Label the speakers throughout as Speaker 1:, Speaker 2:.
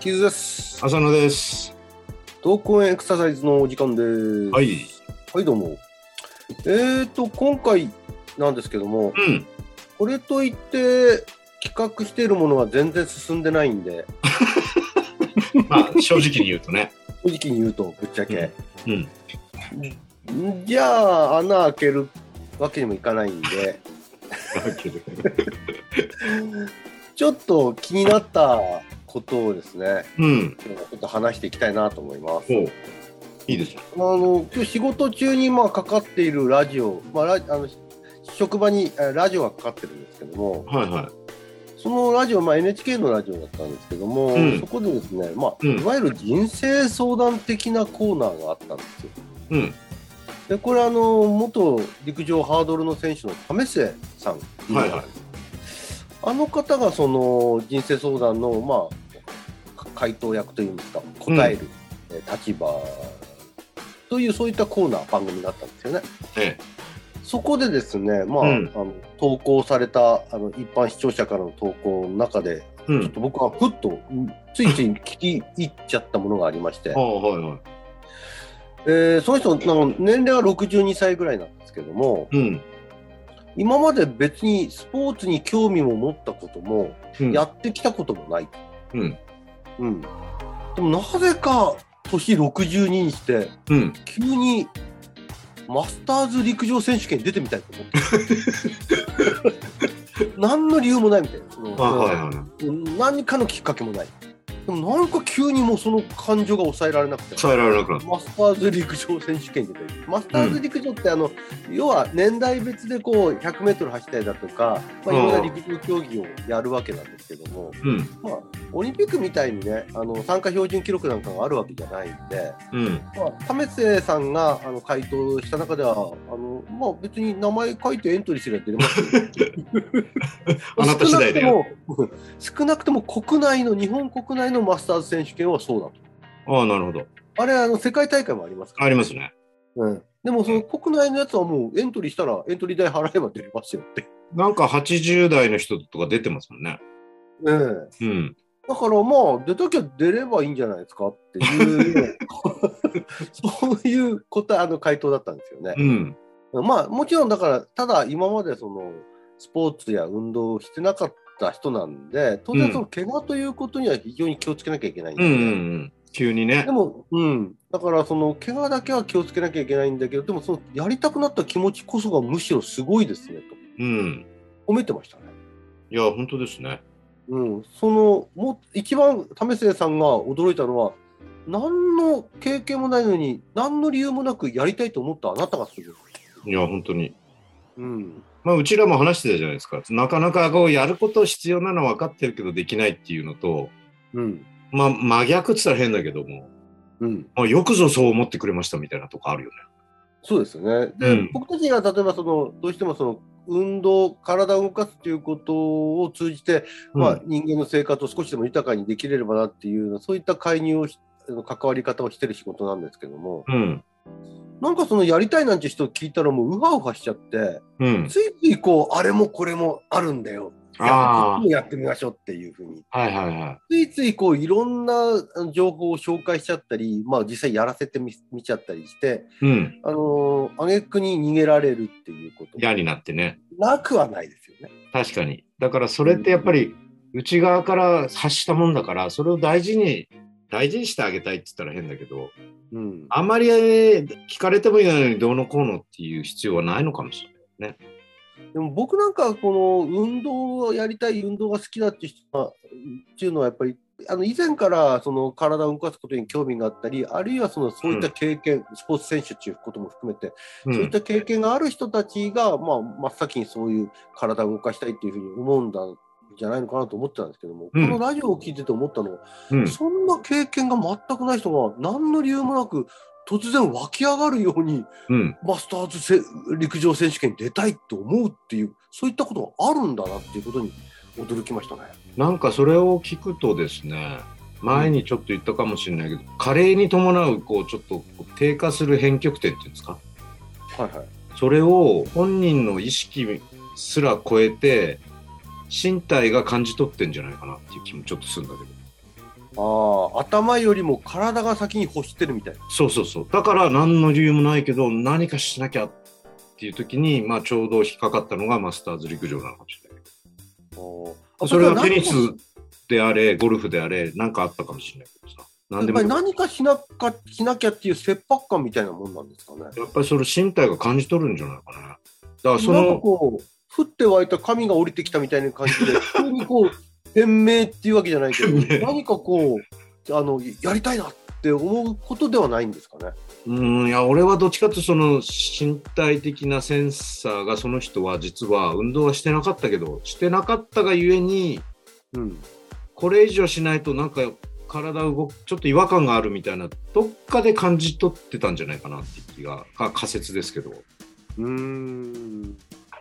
Speaker 1: キズです。
Speaker 2: 浅野です。
Speaker 1: 同行エクササイズのお時間です。
Speaker 2: は
Speaker 1: はい、
Speaker 2: い。
Speaker 1: どうも。えーと、今回なんですけども、
Speaker 2: うん。
Speaker 1: これといって企画しているものが全然進んでないんで、
Speaker 2: まあ、正直に言うと ね。
Speaker 1: 正直に言うとぶっちゃけ。
Speaker 2: うん。
Speaker 1: んじゃあ、穴開けるわけにもいかないんで、ちょっと気になったことをですね、
Speaker 2: うん。
Speaker 1: 今日はちょっと話していきたいなと思います。
Speaker 2: おういいですね。
Speaker 1: あの今日仕事中にまあかかっているラジオ、まあ、ラあの職場にえラジオがかかってるんですけども、
Speaker 2: はいは
Speaker 1: そのラジオ、まあ、NHK のラジオだったんですけども、
Speaker 2: うん
Speaker 1: そこでですね、まあ
Speaker 2: うん
Speaker 1: いわゆる人生相談的なコーナーがあったんですよ。
Speaker 2: い。うん。
Speaker 1: でこれあの元陸上ハードルの選手の為末さん、
Speaker 2: はいはい
Speaker 1: あの方がその人生相談の、まあ、か回答役というんですか答える、えー立場というそういったコーナー番組だったんですよね。
Speaker 2: え
Speaker 1: そこでですね、まあ
Speaker 2: うん
Speaker 1: あの投稿されたあの一般視聴者からの投稿の中で、
Speaker 2: え。う
Speaker 1: ちょっ
Speaker 2: ん。
Speaker 1: と僕はふっとついつい聞き入っちゃったものがありまして
Speaker 2: あ、あ、はいは
Speaker 1: えーその人なんか年齢は62歳ぐらいなんですけども
Speaker 2: い。うん。
Speaker 1: 今まで別にスポーツに興味も持ったことも、
Speaker 2: うん
Speaker 1: やってきたこともない、
Speaker 2: うん。
Speaker 1: うん、でもなぜか年62にして
Speaker 2: うん。
Speaker 1: 急にマスターズ陸上選手権に出てみたいと思 って。何の理由もないみたいな。その
Speaker 2: あはいはいは
Speaker 1: 何かのきっかけもない。でもなんか急にもうその感情が抑えられなくて
Speaker 2: い。。伝えられなくなっ
Speaker 1: マスターズ陸上選手権に出てるマスターズ陸上ってあの、要は年代別でこう 100m 走ったりだとか、まあ、いろんな陸上競技をやるわけなんですけども、
Speaker 2: た。うん。
Speaker 1: まあ、オリンピックみたいにねあの参加標準記録なんかがあるわけじゃないんで、
Speaker 2: うん。
Speaker 1: まあ、為末さんがあの回答した中ではあの、まあ、別に名前書いてエントリーすれば出れますよ
Speaker 2: あなた次第だよ
Speaker 1: 少なくても少なくとも国内の日本国内のマスターズ選手権はそうだと
Speaker 2: ああ、なるほど。
Speaker 1: あれあの世界大会もありますから、
Speaker 2: ありますね。
Speaker 1: うん、でもその国内のやつはもうエントリーしたらエントリー代払えば出れますよって、
Speaker 2: なんか80代の人とか出てますもんね。
Speaker 1: うん、
Speaker 2: うん。
Speaker 1: だからまあ出たきゃ出ればいいんじゃないですかっていう そういう答えあの回答だったんですよね
Speaker 2: う。ん。
Speaker 1: まあもちろんだからただ今までそのスポーツや運動をしてなかった人なんで当
Speaker 2: う
Speaker 1: 然
Speaker 2: ん
Speaker 1: その怪我ということには非常に気をつけなきゃいけないん
Speaker 2: う
Speaker 1: で、
Speaker 2: んうんうん。急にね
Speaker 1: で。も、うん、だからその怪我だけは気をつけなきゃいけないんだけどでもそのやりたくなった気持ちこそがむしろすごいですね
Speaker 2: うん。
Speaker 1: と褒めてましたね。
Speaker 2: いや、本当ですね。
Speaker 1: うん、そのも一番為末さんが驚いたのは何の経験もないのに何の理由もなくやりたいと思ったあなたがすごい。
Speaker 2: いや、本当に。
Speaker 1: うん
Speaker 2: まあ、うちらも話してたじゃないですか。なかなかこう、やること必要なの分かってるけどできないっていうのと、
Speaker 1: うん
Speaker 2: まあ、真逆って言ったら変だけども、
Speaker 1: うん、
Speaker 2: まあ、よくぞそう思ってくれましたみたいなとこあるよね。
Speaker 1: そうですよね。で、
Speaker 2: うん
Speaker 1: 僕たちが例えばそのどうしてもその運動体を動かすということを通じて、まあ、人間の生活を少しでも豊かにできれればなっていうようなそういった介入をしあの関わり方をしてる仕事なんですけども
Speaker 2: うん。
Speaker 1: なんかそのやりたいなんて人聞いたらもううはうはしちゃって
Speaker 2: うん。
Speaker 1: ついついこうあれもこれもあるんだよいやこ
Speaker 2: あ
Speaker 1: っちもやってみましょうっていうふうに
Speaker 2: あ。はいはいは
Speaker 1: ついついこういろんなあの情報を紹介しちゃったり、まあ、実際やらせてみ見ちゃったりして
Speaker 2: い。うん。
Speaker 1: あのー、挙句に逃げられるっていうこと
Speaker 2: 嫌になってね。
Speaker 1: なくはないですよね。
Speaker 2: 確かに。だからそれってやっぱり内側から発したもんだから、それを大事に、大事にしてあげたいって言ったら変だけど、
Speaker 1: うん、
Speaker 2: あんまりえー聞かれてもいないのにどうのこうのっていう必要はないのかもしれない。
Speaker 1: でも僕なんかはこの運動をやりたい運動が好きだっていう人はっていうのはやっぱりあの以前からその体を動かすことに興味があったりあるいはそのそういった経験、スポーツ選手っていうことも含めて
Speaker 2: う
Speaker 1: そういっ
Speaker 2: ん。
Speaker 1: た経験がある人たちが、まあ、真っ先にそういう体を動かしたいっていうふうに思うんだんじゃないのかなと思ってたんですけども、
Speaker 2: うん
Speaker 1: このラジオを聞いてて思ったのは、
Speaker 2: うん、
Speaker 1: そんな経験が全くない人が何の理由もなく突然湧き上がるように
Speaker 2: うん。
Speaker 1: マスターズせ陸上選手権に出たいって思うっていうそういったことがあるんだなっていうことに驚きましたね。
Speaker 2: なんかそれを聞くとですね前にちょっと言ったかもしれないけど、加齢に伴うこうちょっと低下する変曲点っていうんですか
Speaker 1: はいはい。
Speaker 2: それを本人の意識すら超えて身体が感じ取ってんじゃないかなっていう気もちょっとするんだけど
Speaker 1: ああ、頭よりも体が先に欲してるみたいな。
Speaker 2: そうそうそうだから何の理由もないけど何かしなきゃっていう時に、まあ、ちょうど引っかかったのがマスターズ陸上なのかもしれない
Speaker 1: あ
Speaker 2: それがテニ
Speaker 1: やっ
Speaker 2: スであれゴルフであれ何かあったかもしれないけどさ何で
Speaker 1: ぱ
Speaker 2: も
Speaker 1: り
Speaker 2: よく
Speaker 1: 何かしなかしなきゃっていう切迫感みたいなもんなんですかね。
Speaker 2: やっぱりそれ身体が感じ取るんじゃないかな。だからそ
Speaker 1: なんか
Speaker 2: の、
Speaker 1: こう、降って湧いた神が降りてきたみたいな感じ で、急にこう、天命っていうわけじゃないけ
Speaker 2: 天命
Speaker 1: ど、何かこう、あの、やりたいなって思うことではないんですかね。
Speaker 2: うん、いや、俺はどっちかというとその身体的なセンサーがその人は実は運動はしてなかったけど、してなかったがゆえに、
Speaker 1: うん。
Speaker 2: これ以上しないとなんか体動く、ちょっと違和感があるみたいな、どっかで感じ取ってたんじゃないかなっていう気が、か仮説ですけど。
Speaker 1: うーん。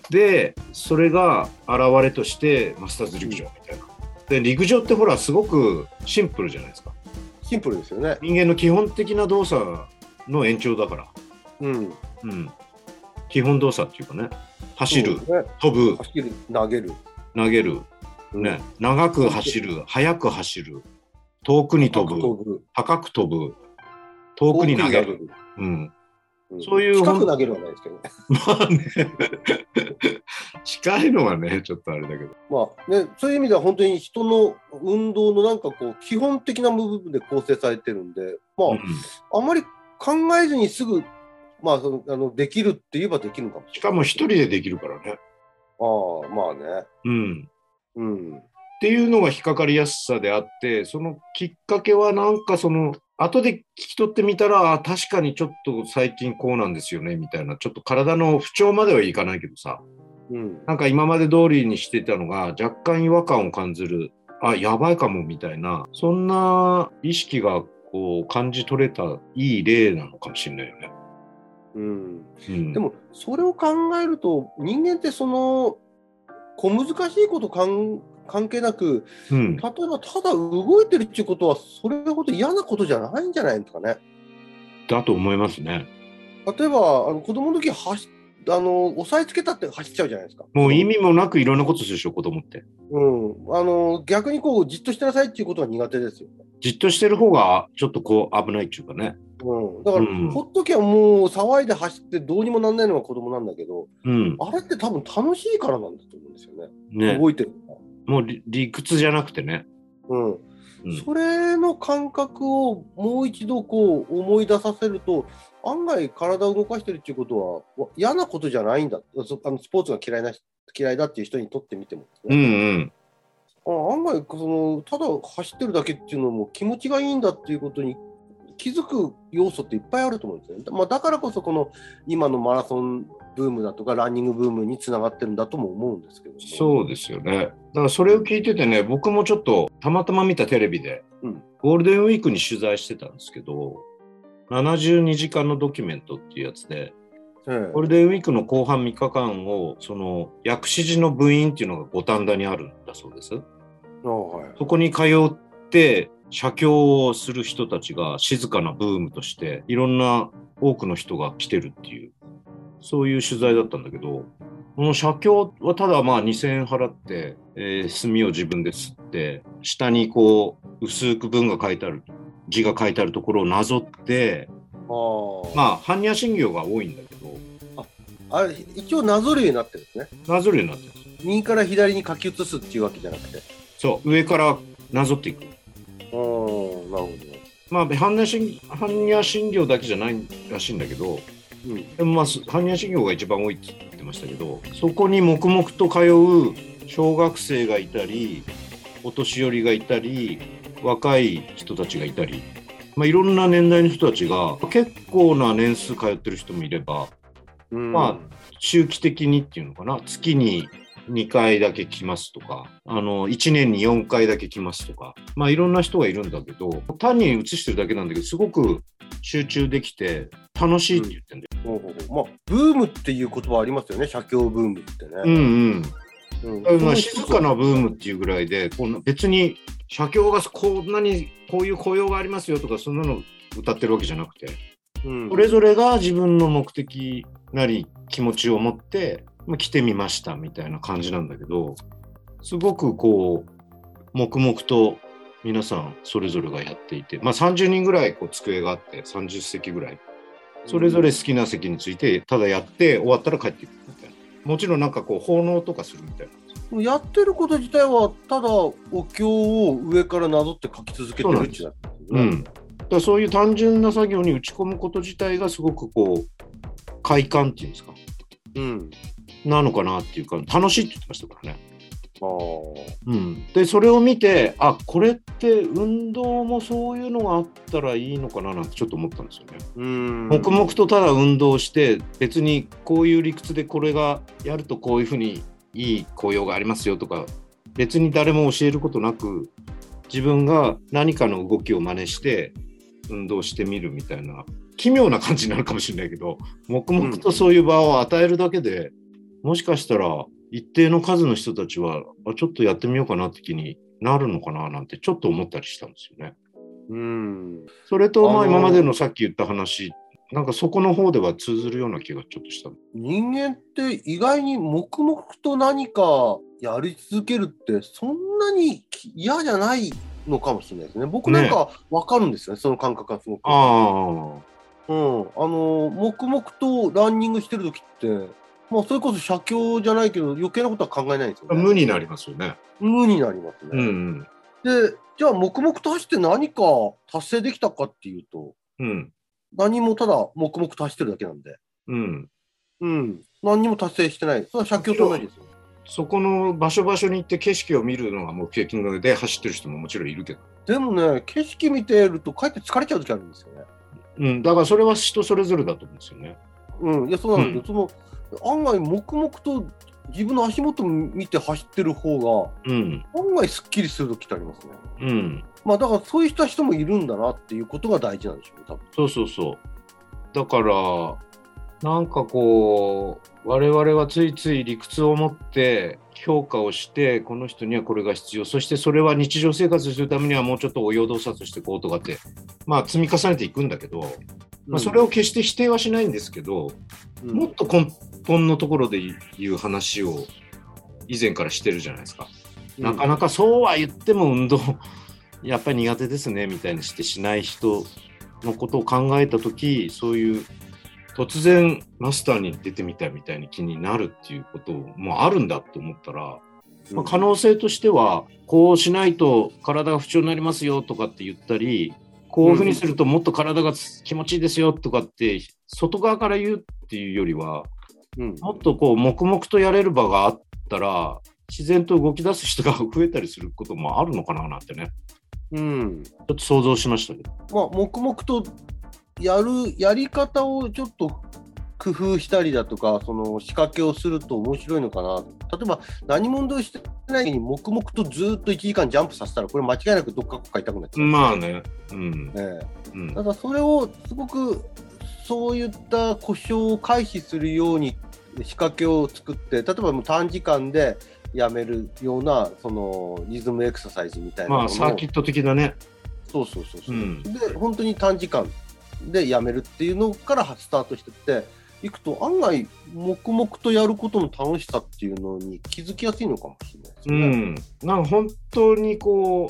Speaker 2: で、それが現れとしてマスターズ陸上みたいな。で、陸上ってほら、すごくシンプルじゃないですか。
Speaker 1: シンプルですよね。
Speaker 2: 人間の基本的な動作の延長だから、
Speaker 1: うん。
Speaker 2: うん、基本動作っていうかね走る、
Speaker 1: そうですね
Speaker 2: 飛ぶ
Speaker 1: 走る、投げる。
Speaker 2: 投げる、ね、長く走る速く走る遠くに飛ぶ
Speaker 1: 飛ぶ。
Speaker 2: 高く飛ぶ遠くに投げ
Speaker 1: 遠
Speaker 2: る、
Speaker 1: くに
Speaker 2: うん、
Speaker 1: 投げる。
Speaker 2: そういう
Speaker 1: 近く投げるはないですけどね。
Speaker 2: まあね近いのはねちょっとあれだけど
Speaker 1: まあね、そういう意味では本当に人の運動のなんかこう基本的な部分で構成されてるんで、まあ、
Speaker 2: うん
Speaker 1: あんまり考えずにすぐ、まあ、そのあのできるって言えばできるのかもし
Speaker 2: しかも一人でできるからね、
Speaker 1: れない。ああ、まあね。
Speaker 2: うん、
Speaker 1: うん。
Speaker 2: っていうのが引っかかりやすさであってそのきっかけはなんかその後で聞き取ってみたらあ確かにちょっと最近こうなんですよねみたいなちょっと体の不調まではいかないけどさ
Speaker 1: うん。
Speaker 2: なんか今まで通りにしてたのが若干違和感を感じるあやばいかもみたいなそんな意識がこう感じ取れたいい例なのかもしれないよね。
Speaker 1: うん、
Speaker 2: うん、
Speaker 1: でも、それを考えると、人間ってその、小難しいことかん関係なく、
Speaker 2: うん
Speaker 1: 例えばただ動いてるっていうことは、それほど嫌なことじゃないんじゃないですかね。
Speaker 2: だと思いますね。
Speaker 1: 例えば、あの子供の時走あの押さえつけたって走っちゃうじゃないですか。
Speaker 2: もう意味もなくいろんなことするでしょ子供って。
Speaker 1: うん、あの逆にこうじっとしてなさいっていうことは苦手ですよ。
Speaker 2: じっとしてる方がちょっとこう危ないっていうかね。
Speaker 1: うん、だから、
Speaker 2: うん
Speaker 1: ほっときゃもう騒いで走ってどうにもなんないのが子供なんだけど、
Speaker 2: うん、
Speaker 1: あれって多分楽しいからなんだと思うんですよね。
Speaker 2: ね
Speaker 1: 動いてるから。
Speaker 2: もう理理屈じゃなくてね。
Speaker 1: うん
Speaker 2: うん
Speaker 1: それの感覚をもう一度こう思い出させると案外体を動かしてるっていうことはわ嫌なことじゃないんだそあのスポーツが嫌いな嫌いだっていう人にとってみてもです
Speaker 2: う
Speaker 1: ね、
Speaker 2: んうん。
Speaker 1: あ案外そのただ走ってるだけっていうのも気持ちがいいんだっていうことに気づく要素っていっぱいあると思うんですよね、まあ、だからこそこの今のマラソンブームだとかランニングブームにつながってるんだとも思うんですけども
Speaker 2: そうですよね。だからそれを聞いててね、僕もちょっとたまたま見たテレビで、
Speaker 1: うん
Speaker 2: ゴールデンウィークに取材してたんですけど、72時間のドキュメントっていうやつで、
Speaker 1: ええ
Speaker 2: ゴールデンウィークの後半3日間を、その薬師寺の部員っていうのが五反田にあるんだそうです。
Speaker 1: ああはい
Speaker 2: そこに通って、写経をする人たちが静かなブームとして、いろんな多くの人が来てるっていう、そういう取材だったんだけど、この写経はただまあ2000円払って、えー墨を自分で吸って、下にこう、薄く文が書いてある、字が書いてあるところをなぞって、
Speaker 1: ああ
Speaker 2: まあ、般若心経が多いんだけど、
Speaker 1: あれ一応なぞるようになってるんですね。
Speaker 2: なぞるようになってます。
Speaker 1: 右から左に書き写すっていうわけじゃなくて。
Speaker 2: そう、上からなぞっていく。
Speaker 1: うーん、なるほ
Speaker 2: まあ、般若心般若心経だけじゃないらしいんだけど、
Speaker 1: ど。うん。
Speaker 2: でもまあす般若心経が一番多いって言ってましたけどそこに黙々と通う小学生がいたりお年寄りがいたり若い人たちがいたり、まあ、いろんな年代の人たちが結構な年数通ってる人もいれば
Speaker 1: うん、
Speaker 2: ま周期的にっていうのかな月に2回だけ来ますとかあの1年に4回だけ来ますとか、まあ、いろんな人がいるんだけど単に写してるだけなんだけどすごく集中できて楽しいって言ってんだよ
Speaker 1: ほうほうほうまあ、ブームっていう言葉ありますよね、写経ブームって
Speaker 2: うん
Speaker 1: ね。
Speaker 2: うん。
Speaker 1: うん
Speaker 2: だからまあ静かなブームっていうぐらいで、こんな別に社協がこんなにこういう雇用がありますよとか、そんなの歌ってるわけじゃなくて、
Speaker 1: うん
Speaker 2: それぞれが自分の目的なり気持ちを持って、まあ、来てみましたみたいな感じなんだけど、すごくこう、黙々と皆さんそれぞれがやっていて、まあ、30人ぐらいこう机があって、30席ぐらい、それぞれ好きな席について、ただやって終わったら帰っていくみたいな。もちろんなんかこう、奉納とかするみたいな。
Speaker 1: やってること自体はただお経を上からなぞって書き続けてるってだけです
Speaker 2: う
Speaker 1: ね
Speaker 2: ん、だからそういう単純な作業に打ち込むこと自体がすごくこう快感っていうんですか
Speaker 1: うん
Speaker 2: なのかなっていうか楽しいって言ってましたからね。
Speaker 1: あ
Speaker 2: うん、でそれを見てあこれって運動もそういうのがあったらいいのかななんてちょっと思ったんですよね。
Speaker 1: ーうん
Speaker 2: 黙々とただ運動して別にこういう理屈でこれがやるとこういうふうにいい効用がありますよとか別に誰も教えることなく自分が何かの動きを真似して運動してみるみたいな奇妙な感じになるかもしれないけど黙々とそういう場を与えるだけで、もしかしたら一定の数の人たちはあちょっとやってみようかなって気になるのかななんてちょっと思ったりしたんですよね。
Speaker 1: うん
Speaker 2: それとまあ
Speaker 1: あのー
Speaker 2: 今までのさっき言った話、なんかそこの方では通ずるような気がちょっとした。
Speaker 1: 人間って意外に黙々と何かやり続けるってそんなに嫌じゃないのかもしれないですね僕なんかわかるんですよねその感覚がすごく
Speaker 2: あ
Speaker 1: うん、あの黙々とランニングしてる時って、まあ、それこそ写経じゃないけど余計なことは考えないんですよ
Speaker 2: あ、
Speaker 1: ね。
Speaker 2: 無になりますよね。
Speaker 1: 無になります
Speaker 2: う
Speaker 1: ね。
Speaker 2: ん
Speaker 1: でじゃあ黙々と走って何か達成できたかっていうと
Speaker 2: うん。うん。
Speaker 1: 何もただ黙々と走ってるだけなんで、
Speaker 2: うん。
Speaker 1: うん、何にも達成してないそれは写経と同じですよ。
Speaker 2: そこの場所場所に行って景色を見るのが目的なので走ってる人ももちろんいるけど。
Speaker 1: でもね景色見てるとかえって疲れちゃう時あるんですよね。
Speaker 2: うん。だからそれは人それぞれだと思うんですよね。
Speaker 1: うん、いやそうなんですけど、その案外黙々と自分の足元見て走ってる方が
Speaker 2: うん。
Speaker 1: 案外すっきりする時ってありますね。
Speaker 2: うん。
Speaker 1: まあだからそういう人は人もいるんだなっていうことが大事なんでしょうね、多分。
Speaker 2: そうそうそう。だから、なんかこう、我々はついつい理屈を持って評価をして、この人にはこれが必要、そしてそれは日常生活するためにはもうちょっとお用洞察していこうとかって、まあ積み重ねていくんだけど、まあ、それを決して否定はしないんですけど、
Speaker 1: うん、
Speaker 2: もっと根本のところで言う話を以前からしてるじゃないですか。
Speaker 1: うん
Speaker 2: なかなかそうは言っても運動 やっぱり苦手ですねみたいにしてしない人のことを考えた時そういう突然マスターに出てみたいみたいに気になるっていうこともあるんだと思ったら、まあ、可能性としてはこうしないと体が不調になりますよとかって言ったりこういうふうにするともっと体が気持ちいいですよとかって外側から言うっていうよりは
Speaker 1: うん
Speaker 2: もっとこう黙々とやれる場があったら自然と動き出す人が 増えたりすることもあるのかななんてね
Speaker 1: うん
Speaker 2: ちょっと想像しましたけど
Speaker 1: まあ黙々とやるやり方をちょっと工夫したりだとかその仕掛けをすると面白いのかな例えば何も運動してないのに黙々とずっと1時間ジャンプさせたらこれ間違いなくどっかこっか痛くなっちゃう、
Speaker 2: まあねうん
Speaker 1: ええ
Speaker 2: うん
Speaker 1: だからそれをすごくそういった故障を回避するように仕掛けを作って例えばもう短時間でやめるようなそのリズムエクササイズみたいな
Speaker 2: ま
Speaker 1: の
Speaker 2: あ
Speaker 1: を
Speaker 2: サーキット的だね
Speaker 1: そうそうそうそう、
Speaker 2: うん
Speaker 1: で本当に短時間でやめるっていうのからスタートしてっていくと案外黙々とやることの楽しさっていうのに気づきやすいのかもしれないです
Speaker 2: う
Speaker 1: ね。
Speaker 2: んなんか本当にこ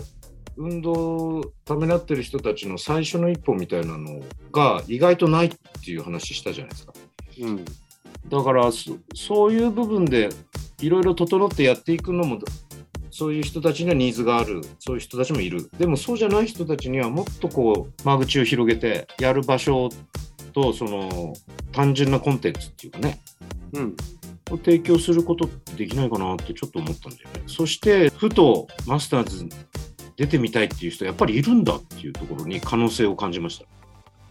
Speaker 2: う運動をためらってる人たちの最初の一歩みたいなのが意外とないっていう話したじゃないですか
Speaker 1: うん
Speaker 2: だからそそういう部分でいろいろ整ってやっていくのもそういう人たちにはニーズがあるそういう人たちもいるでもそうじゃない人たちにはもっとこう間口を広げてやる場所とその単純なコンテンツっていうかね
Speaker 1: うん
Speaker 2: を提供することってできないかなってちょっと思ったんだよねそしてふとマスターズ出てみたいっていう人やっぱりいるんだっていうところに可能性を感じました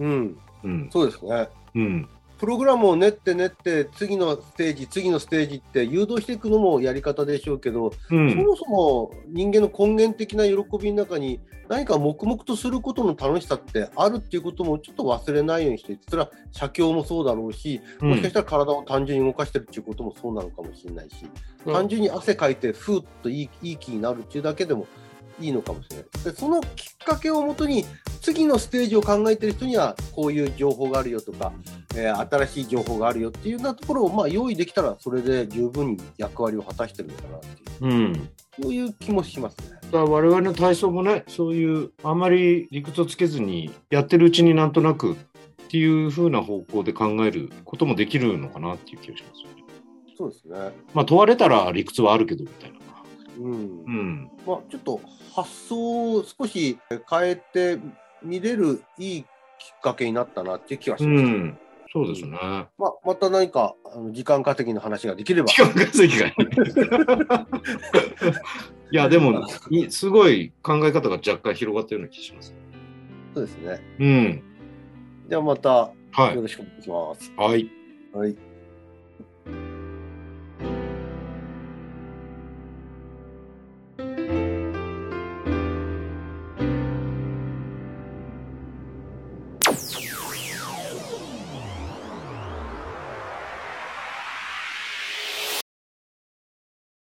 Speaker 1: うん、
Speaker 2: うん
Speaker 1: そうですね
Speaker 2: うん
Speaker 1: プログラムを練って練って次のステージ次のステージって誘導していくのもやり方でしょうけど、
Speaker 2: う
Speaker 1: そ
Speaker 2: ん、
Speaker 1: もそも人間の根源的な喜びの中に何か黙々とすることの楽しさってあるっていうこともちょっと忘れないようにしてそれは写経もそうだろうしもしかしたら体を単純に動かしてるっていうこともそうなのかもしれないし、
Speaker 2: うん
Speaker 1: 単純に汗かいてふーっといいいい気になるっていうだけでもいいのかもしれないでそのきっかけをもとに次のステージを考えてる人にはこういう情報があるよとか、えー新しい情報があるよっていうようなところをまあ用意できたらそれで十分に役割を果たしてるのかなっていう
Speaker 2: うん
Speaker 1: そういう気もしますね。
Speaker 2: だから我々の体操もねそういうあまり理屈をつけずにやってるうちになんとなくっていう風な方向で考えることもできるのかなっていう気がしますよね。
Speaker 1: そうですね。
Speaker 2: まあ問われたら理屈はあるけどみたいな。
Speaker 1: うん。
Speaker 2: うん。
Speaker 1: まあちょっと発想を少し変えて見れるいいきっかけになったなっていう気はし
Speaker 2: う
Speaker 1: ます。
Speaker 2: ん。そうですね。
Speaker 1: まあまた何かあの時間稼ぎの話ができれば。
Speaker 2: 時間稼ぎがいい。 いやでもいすごい考え方が若干広がったような気がします。
Speaker 1: そうですね。
Speaker 2: うん。
Speaker 1: じゃあまた
Speaker 2: は
Speaker 1: よ
Speaker 2: い。
Speaker 1: ろしくお願いします。
Speaker 2: はい。
Speaker 1: はい。